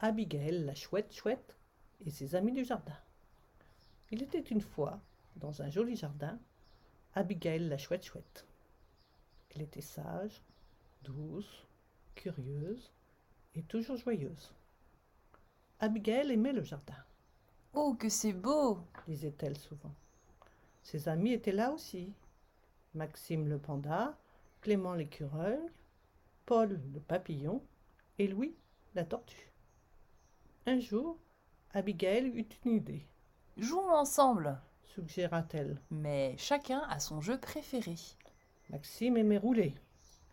Abigail la Chouette Chouette et ses amis du jardin. Il était une fois, dans un joli jardin, Abigail la Chouette Chouette. Elle était sage, douce, curieuse et toujours joyeuse. Abigail aimait le jardin, Oh, que c'est beau disait-elle souvent. Ses amis étaient là aussi. Maxime le panda, Clément l'écureuil, Paul le papillon et Louis la tortue. Un jour, Abigail eut une idée, Jouons ensemble suggéra-t-elle. Mais chacun a son jeu préféré. Maxime aimait rouler,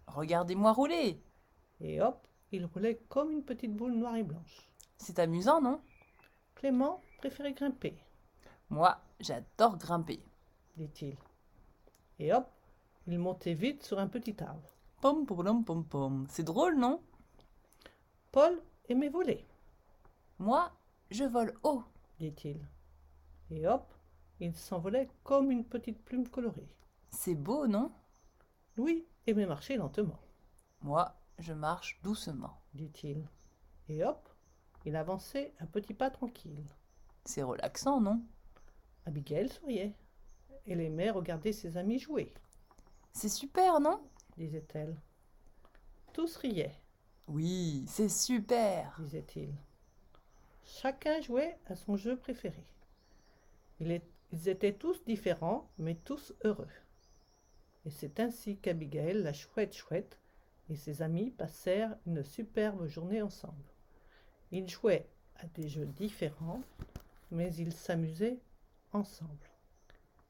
Regardez-moi rouler et hop, il roulait comme une petite boule noire et blanche. C'est amusant, non Clément préférait grimper, Moi, j'adore grimper. dit-il. Et hop, il montait vite sur un petit arbre. Pom pom pom pom. C'est drôle, non Paul aimait voler, Moi, je vole haut. dit-il. Et hop, il s'envolait comme une petite plume colorée. C'est beau, non Louis aimait marcher lentement, Moi, je marche doucement. dit-il. Et hop, il avançait à petits pas tranquilles. C'est relaxant, non Abigail souriait. Elle aimait regarder ses amis jouer, C'est super, non disait-elle. Tous riaient, Oui, c'est super. disait-il. Chacun jouait à son jeu préféré. Il est- Ils étaient tous différents, mais tous heureux. Et c'est ainsi qu'Abigail, la chouette chouette, et ses amis passèrent une superbe journée ensemble. Ils jouaient à des jeux différents, mais ils s'amusaient ensemble.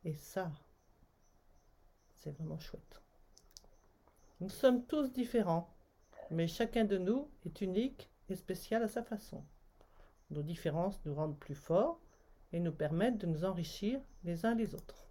Et ça, c'est vraiment chouette. Nous sommes tous différents, mais chacun de nous est unique et spécial à sa façon. Nos différences nous rendent plus forts et nous permettent de nous enrichir les uns les autres.